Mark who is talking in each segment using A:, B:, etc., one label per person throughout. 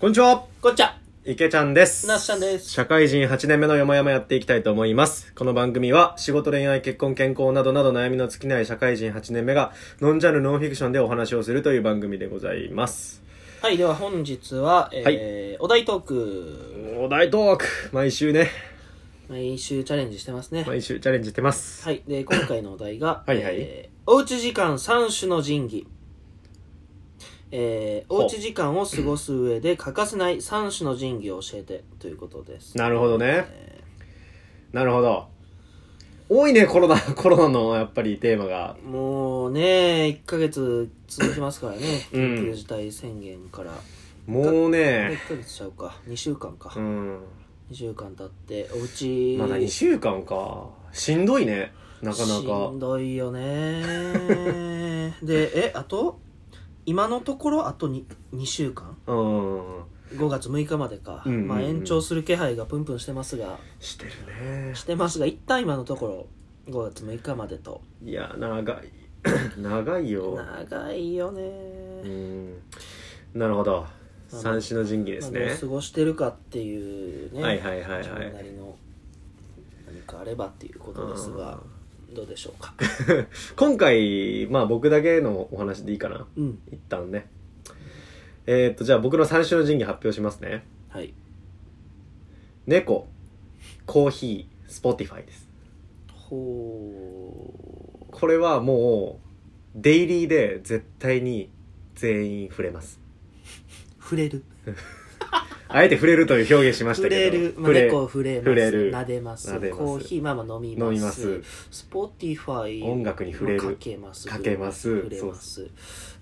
A: こんにちは
B: こっちゃ
A: 池ちゃんです。
B: なっしゃんです
A: 社会人8年目のよもやまやっていきたいと思います。この番組は仕事、恋愛、結婚、健康などなど悩みの尽きない社会人8年目がノンジャンルノンフィクションでお話をするという番組でございます。
B: はい、では本日は、えーお題トーク、
A: お題トーク毎週ね、
B: 毎週チャレンジしてますね。はい、
A: 毎週チャレンジしてます。
B: で、今回のお題が、
A: はいはい
B: えーおうち時間3種の神器。えー、
A: ほう
B: おうち時間を過ごす上で欠かせない3種の神器を教えてということです。
A: なるほどね。
B: え
A: なるほど。多いね、コロナ、 コロナのやっぱりテーマが。
B: ーもうね、1ヶ月続きますからね、
A: うん
B: 緊急事態宣言から。
A: もう
B: 1
A: ね、
B: ヶ月ちゃうか、2週間か。
A: うん。
B: 2週間経って、おうち、
A: まだ2週間か。しんどいね、なかなか
B: しん。どい よねでえあと今のところあと 2, 2週間
A: うん。
B: 5月6日までか、
A: うんうんうん
B: まあ、延長する気配がプンプンしてますが
A: してるね。
B: してますが一旦今のところ5月6日までと
A: いや長 い長いよ
B: 長いよね
A: うんなるほど
B: あの
A: 三種の神器です
B: まあど
A: ね
B: う過ごしてるかっていうね、
A: はいはいはいはい
B: 自分なりの何かあればっていうことですがどうでしょうか
A: 今回まあ僕だけのお話でいいかな
B: うん
A: 一旦ねえー、っとじゃあ僕の三種の神器発表しますね
B: はい
A: 猫コーヒースポティファイです
B: ほ
A: これはもうデイリーで絶対に全員触れます
B: う触れる
A: あえて触れるという表現しまし
B: 触
A: た
B: れ
A: けど
B: る、まあ、猫を触れます
A: 触れる
B: 撫でます
A: 撫でます
B: コーヒーまあまあ飲みます
A: 飲みます
B: スポティファイ
A: 音楽に触れる
B: かけます
A: かけます
B: 触れます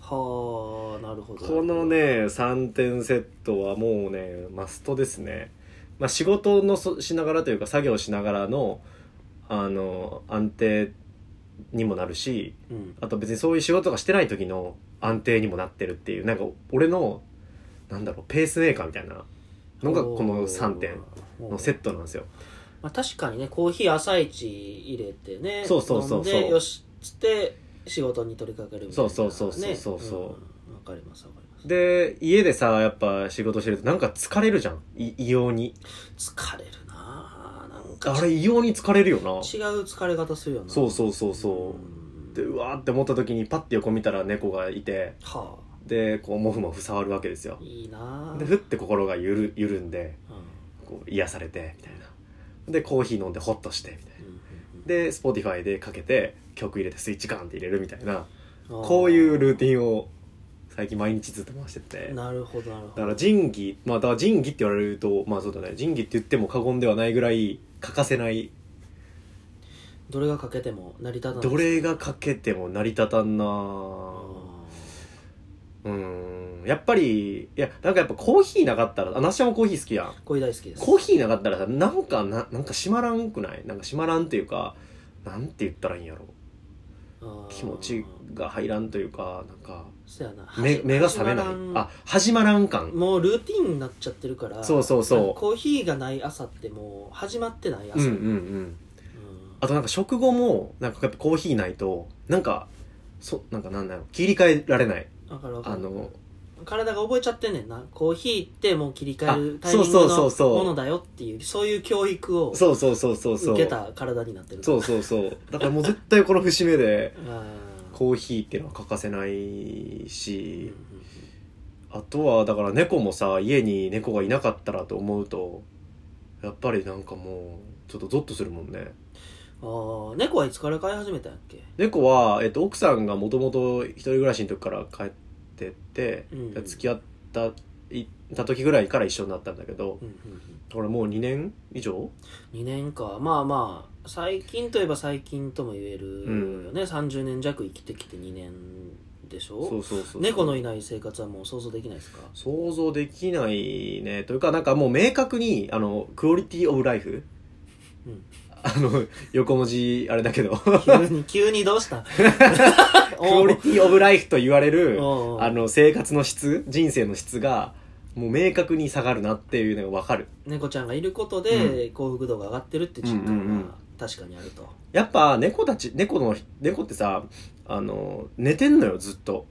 B: はあなるほど
A: このね3点セットはもうねマストですね、まあ、仕事のそしながらというか作業しながらのあの安定にもなるし
B: うん
A: あと別にそういう仕事がしてない時の安定にもなってるっていうなんか俺のなんだろうペースメーカーみたいなのがこの3点のセットなんですよ
B: まあ、確かにねコーヒー朝一入れてね
A: そうそうそうそう
B: 飲んでよしっつって仕事に取り掛けるみたいな、ね、
A: そうそうそうそうそうそうん
B: わかりますわかります
A: で家でさやっぱ仕事してるとなんか疲れるじゃんい異様に
B: 疲れるなあなんか
A: あれ異様に疲れるよな
B: 違う疲れ方するよな
A: そうそうそうそう
B: うん
A: でうわーって思った時にパッて横見たら猫がいて
B: はあ
A: でこうもふもふ触るわけですよ
B: いいなあ
A: でふって心がゆる緩んで
B: うん
A: こう癒されてみたいなでコーヒー飲んでホッとしてみたいな
B: うんうん
A: で Spotify でかけて曲入れてスイッチガンって入れるみたいな
B: うん
A: こういうルーティンを最近毎日ずっと回しててだ
B: なるほどなるほ
A: か
B: ど
A: ら仁義まあだから仁義って言われるとまあそうだね仁義って言っても過言ではないぐらい欠かせない
B: どれが欠けても成り立たない
A: どれがかけても成り立たんな
B: あ
A: ぁうーんやっぱり、いや、なんかやっぱコーヒーなかったら、あ、なっしゃもコーヒー好きやん。
B: これ大好きです
A: コーヒーなかったらさ、なんかな、なんか閉まらんくないなんか閉まらんというか、なんて言ったらいいんやろ。
B: あー
A: 気持ちが入らんというか、なんか、
B: そやな
A: 目、
B: 始
A: 目が覚めない
B: 始ま。らん
A: あ、始まらん感。
B: もうルーティンになっちゃってるから
A: そうそう
B: なんか
A: そ。
B: コーヒーがない朝ってもう始まってない
A: う
B: う
A: ん
B: 朝、
A: うんう
B: うん
A: ん。あとなんか食後も、なんかやっぱコーヒーないと、なんか、そ、なんかなんだろう、切り替えられない。
B: わかるわか
A: あ
B: る
A: の、
B: 体が覚えちゃってんねんなコーヒーってもう切り替える
A: あ
B: タイミング
A: そうそうそうそ
B: の
A: う
B: ものだよっていうそういう教育を
A: そうそうそうそうそう。
B: 受けた体になってる
A: そうそうそう。だからもう絶対この節目で、
B: あー
A: コーヒーっていうのは欠かせない
B: うん
A: し
B: うん
A: あ
B: う
A: とはだから猫もさ家に猫がいなかったらと思うとやっぱりなんかもうちょっとゾッとするもんね
B: んあー猫はいつから飼い始めたんやっけ
A: 猫は、えっと、奥さんがもともと一人暮らしの時から帰ってて、
B: うんうん
A: 付き合ったいた時ぐらいから一緒になったんだけど
B: うんうんうん
A: だからもう2年以上
B: 2年かまあまあ最近といえば最近とも言えるよね、30年弱生きてきて2年でしょ
A: そうそうそうそう
B: 猫のいない生活はもう想像できないで すか
A: 想像できないねというかなんかもう明確にあのクオリティオブライフ、
B: うん
A: あの横文字あれだけ ど
B: 急に急にどうした
A: クオリティオブライフと言われる
B: おうおう
A: あの生活の質人生の質がもう明確に下がるなっていうのが分かる
B: 猫ちゃんがいることで幸福度が上がってるって実
A: うんうんう
B: 感
A: ん
B: が確かにあると、
A: やっぱ猫たち猫の猫ってさあの寝てんのよずっと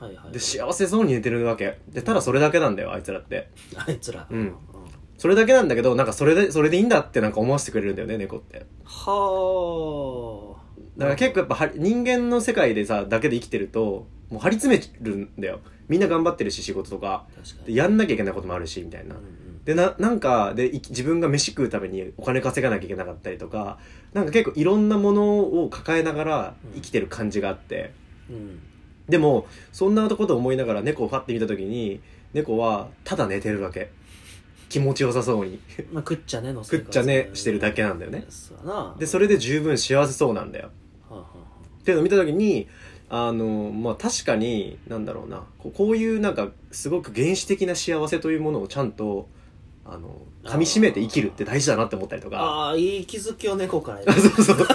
B: はいはい
A: で幸せそうに寝てるわけでただそれだけなんだよあいつらって
B: あいつら、
A: うんそれだけなんだけどなんかそれでそれでいいんだってなんか思わせてくれるんだよね猫って
B: はあ
A: だから結構やっぱは人間の世界でさだけで生きてるともう張り詰めるんだよみんな頑張ってるし仕事とか
B: 確か
A: で
B: に
A: やんなきゃいけないこともあるしみたいな
B: うんうん
A: でななんかでい自分が飯食うためにお金稼がなきゃいけなかったりとかなんか結構いろんなものを抱えながら生きてる感じがあって、
B: うん
A: でもそんなことを思いながら猫をパッて見た時に猫はただ寝てるだけ気持ちよさそうに
B: まあ、食っちゃねの
A: 食
B: 生
A: っ
B: 活
A: ちゃねしてるだけなんだよね
B: そうやな
A: でそれで十分幸せそうなんだよ
B: はあは
A: っていうのを見た時にあのまあ確かになんだろうなこうこういうなんかすごく原始的な幸せというものをちゃんとあの噛みしめて生きるって大事だなって思ったりと
B: あ
A: か
B: はああーいい気づきを 猫から得
A: あ
B: る
A: そうそう。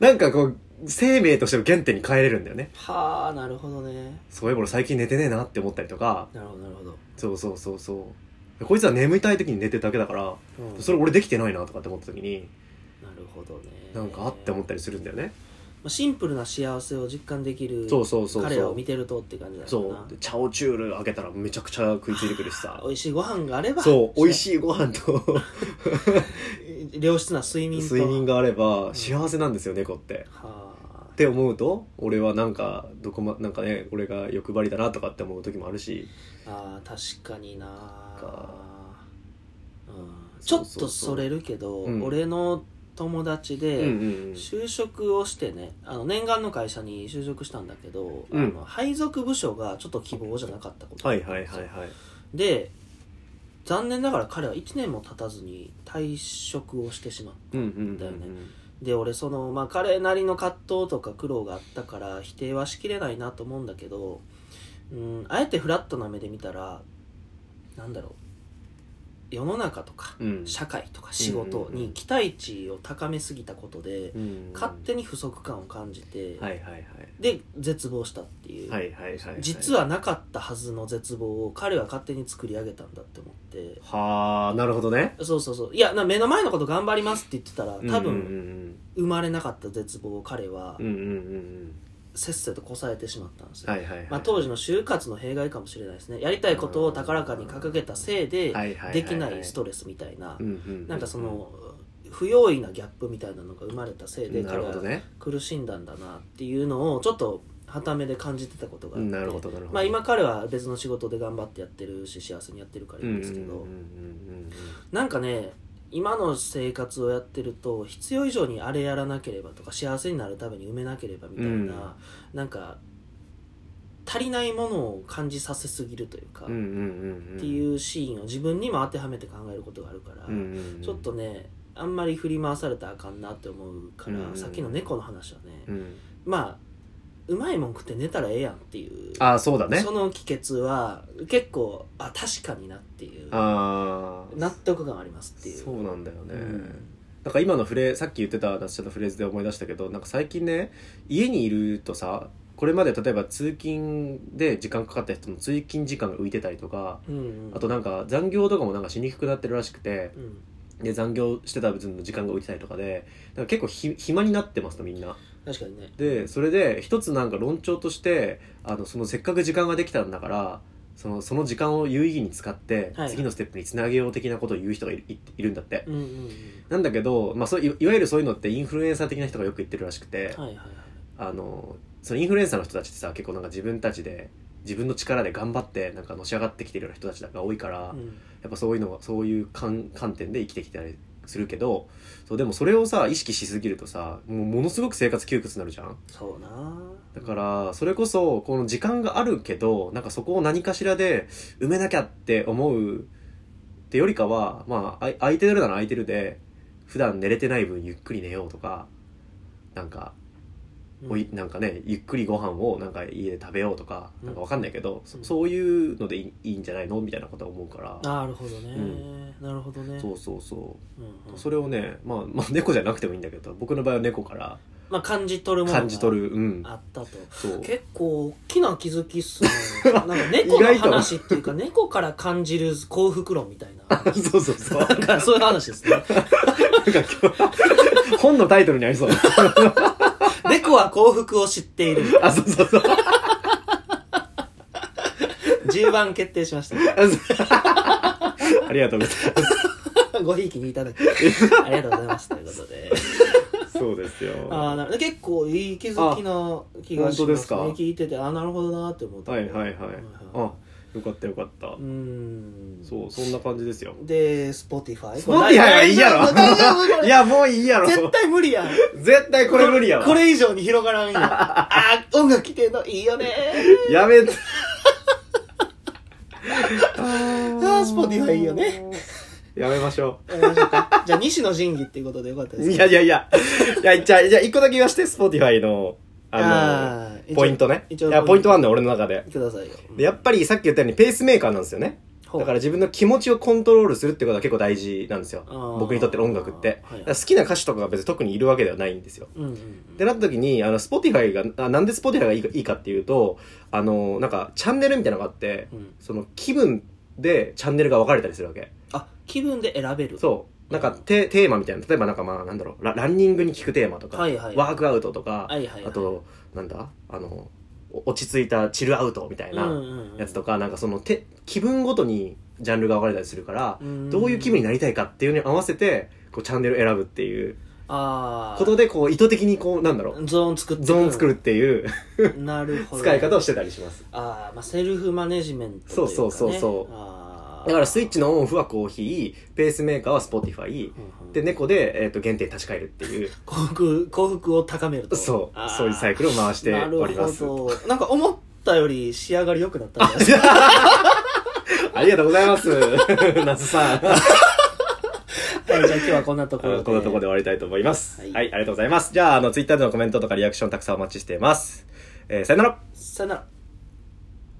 A: なんかこう、生命としての原点に変えれるんだよね。
B: はあなるほどね
A: そういえば俺最近寝てねえなって思ったりとか、
B: なるほどなるほど、
A: そうそうそうそう。こいつは眠いたい時に寝てるだけだから、
B: うん、
A: それ俺できてないなとかって思った時に、
B: なるほどね
A: なんかあって思っ
B: ま
A: たりするんだよね。
B: あシンプルな幸せを実感できる
A: そうそうそうそう。
B: 彼らを見てるとって感じだ
A: そ
B: よ
A: う
B: な。
A: でチャオチュール開けたらめちゃくちゃ食いついてくるしさ
B: 美。味しいご飯があれば
A: そう、美味
B: し
A: しいご飯 と
B: い良質な睡眠と
A: 睡眠があれば
B: ん
A: 幸せなんですよ、猫って。
B: はあ
A: って思うと、俺はなんか、どこま、なんかね、俺が欲張りだなとかって思う時もあるし。
B: あー確かにな
A: か
B: うんち
A: そ
B: ょ
A: う
B: っ
A: そ
B: と
A: うそう
B: それるけど
A: うん
B: 俺の友達
A: うんう
B: で、
A: ん
B: 就職をしてねあの念願の会社に就職したんだけど、
A: うん
B: あの配属部署がちょっと希望じゃなかったこと
A: はいはいはいはい。
B: で残念ながら彼は1年も経たずに退職をしてしまっ
A: うんうんうん
B: だよねで俺その、まあ、彼なりの葛藤とか苦労があったから否定はしきれないなと思うんだけど、うん、あえてフラットな目で見たらなんだろう世の中とか
A: うん
B: 社会とか仕事に期待値を高めすぎたことで
A: うん
B: 勝手に不足感を感じて、
A: はいはいはい
B: で絶望したっていう、
A: はいはいはい
B: 実はなかったはずの絶望を彼は勝手に作り上げたんだって思って
A: はあなるほどね
B: そうそうそういやな目の前のこと頑張りますって言ってたら多分、
A: 分
B: 生まれなかった絶望を彼は
A: うんうんうんうん
B: せっせとこさえてしまったんですよ、
A: はいはいはい
B: まあ、当時の就活の弊害かもしれないですねやりたいことを高らかに掲げたせいで
A: はいはいはいはい
B: できないストレスみたいな
A: うんうん
B: なんかその不用意なギャップみたいなのが生まれたせいで
A: な
B: 彼
A: るほど
B: は
A: ね
B: 苦しんだんだなっていうのをちょっとはめで感じてたことがあって
A: なるほどなるほど
B: まあ、今彼は別の仕事で頑張ってやってるし幸せにやってるからいいんですけど、
A: うんうんうん
B: なんかね今の生活をやってると必要以上にあれやらなければとか幸せになるために埋めなければみたいな、なんか足りないものを感じさせすぎるというか、
A: うんうんうんうん
B: っていうシーンを自分にも当てはめて考えることがあるから、
A: うんうんうん
B: ちょっとねあんまり振り回されたらあかんなって思うから、
A: うん
B: さっきの猫の話はね、
A: うん
B: まあうまいもん食って寝たらええやんっていう、
A: ああそうだね
B: その帰結は結構あ確かになっていう
A: ああ
B: 納得感ありますっていう。
A: そうなんだよね
B: うん
A: なんか今のフレさっき言ってた私のフレーズで思い出したけどなんか最近ね家にいるとさこれまで例えば通勤で時間かかった人の通勤時間が浮いてたりとか
B: うんうん、
A: あとなんか残業とかもなんかしにくくなってるらしくて
B: うん、
A: で残業してた分の時間が浮いてたりとかでなんか結構ひ暇になってますとみんな
B: 確かにね
A: でそれで一つなんか論調としてあのそのせっかく時間ができたんだからそのその時間を有意義に使って
B: はい
A: 次のステップにつなげよう的なことを言う人がいるいいるんだって
B: うんうんうん
A: なんだけど、まあ、そういいわゆるそういうのってインフルエンサー的な人がよく言ってるらしくて、
B: はいはいはい
A: あのそのインフルエンサーの人たちってさ結構なんか自分たちで自分の力で頑張ってなんかのし上がってきてるような人たちが多いから、
B: うん
A: やっぱそういうのがそういう観観点で生きてきたりするけどそうでもそれをさ意識しすぎるとさもうものすごく生活窮屈になるじゃん
B: そうな
A: だからそれこそこの時間があるけどなんかそこを何かしらで埋めなきゃって思うってよりかはまああい空いてるなら空いてるで普段寝れてない分ゆっくり寝ようとかなんかおい
B: うん
A: なんかねゆっくりご飯をなんか家で食べようとか
B: うん
A: なんかわかんないけど、そ
B: うん
A: そういうのでいいいいんじゃないのみたいなことは思うから
B: なるほどね、
A: う
B: なるほどね
A: そうそうそう
B: うんうん
A: それをね、まあ、まあ猫じゃなくてもいいんだけど僕の場合は猫から
B: まあ感じ取るものが
A: 感じ取るうん
B: あったと
A: そう
B: 結構大きな気づき っすねなんか猫の
A: 意外と
B: 話っていうか猫から感じる幸福論みたいな
A: そうそうそうなん
B: なんかそういう話ですね
A: か今日本のタイトルにありそう
B: 猫は幸福を知っている
A: あそうそうそう
B: 10番決定しました。
A: ありがとうござい
B: ごひいきにいただき、ありがとうございます。というこ とで。
A: ます。そうですよ。
B: あーなる結構いい気づきな気が
A: 本当
B: します、ね、
A: ですか
B: 聞いてて、あなるほどなって思って。
A: はいはいはい。
B: は
A: あ、よかったよかった
B: い。う。ん。
A: そう、そんな感じですよ。
B: で、Spotify。
A: スポティファイはいいや
B: 大丈夫こ
A: ろ。い
B: れ
A: や、もういいやろ。
B: 絶対無理やん。
A: 絶対これ無理やわ。
B: これ以上に広がら んやん。あー、音楽来てんのいいよね
A: やめて。あ
B: あー Spotify いいよね。
A: やめましょ
B: やりましょうかじゃあ、西野仁義っていうことでよかったです
A: う。
B: か
A: いやいやいや。いや、じゃあ、じゃあ一個だけ言わして、Spotify の、あ
B: あー一
A: の、
B: 応
A: ポイントね。い
B: 一応
A: や、ポイントはあんねん俺の中で。
B: くださいよ。
A: で、やっぱりさっき言ったようにペースメーカーなんですよね。
B: ほう
A: だから自分の気持ちをコントロールするってことは結構大事なんですよ
B: あー。
A: 僕にとっての音楽って。
B: はい
A: だから好きな歌手とかが別に特にいるわけではないんですよ。
B: うんうんうん。
A: ってなった時に、あの、Spotify が、あなんで Spotify がいいかいいかっていうと、あの、なんか、チャンネルみたいなのがあって、
B: うん
A: その、気分でチャンネルが分かれたりするわけ。
B: あ、気分で選べる。
A: そう。なんかテ、テーマみたいな。例えばなんかまあ、なんだろう、ラランニングに聞くテーマとか、
B: はいはい
A: ワークアウトとか、
B: はいはいはい
A: あと、なんだ、あの、お落ち着いたチルアウトみたいな、やつと
B: か、
A: か、なんかそのて気分ごとにジャンルが分かれたりするから、どういう気分に
B: な
A: なりたいかっていうのに合わせて、こうチャンネル選ぶっていう
B: あ
A: ことで、こう意図的にこう、なんだろう、
B: ーゾーン作って
A: ゾーン作るっていう
B: る なるほど
A: 使い方をしてたりします。
B: ああまあセルフマネジメントというか、ね、
A: そうそうそうそう
B: あー
A: だからスイッチのオンオフはコーヒー、ペースメーカーはスポティファイ、
B: うんうん
A: で、猫で、えっ、と、原点立ち返るっていう、
B: 幸福幸福を高めると
A: そ
B: あ
A: う、
B: ー
A: そういうサイクルを回しております
B: な。るほどなんか思ったより仕上がり良くなったんじゃないですか
A: ありがとうござい ます。夏さん。
B: はいじゃあ今日はこんなところ
A: あ
B: で
A: の こんなところで終わりたいと思います。
B: は
A: はいい、ありがとうございます。じゃあ、あの、ツイッターでのコメントとかリアクションたくさんお待ちしています。えー、さよなら
B: さよなら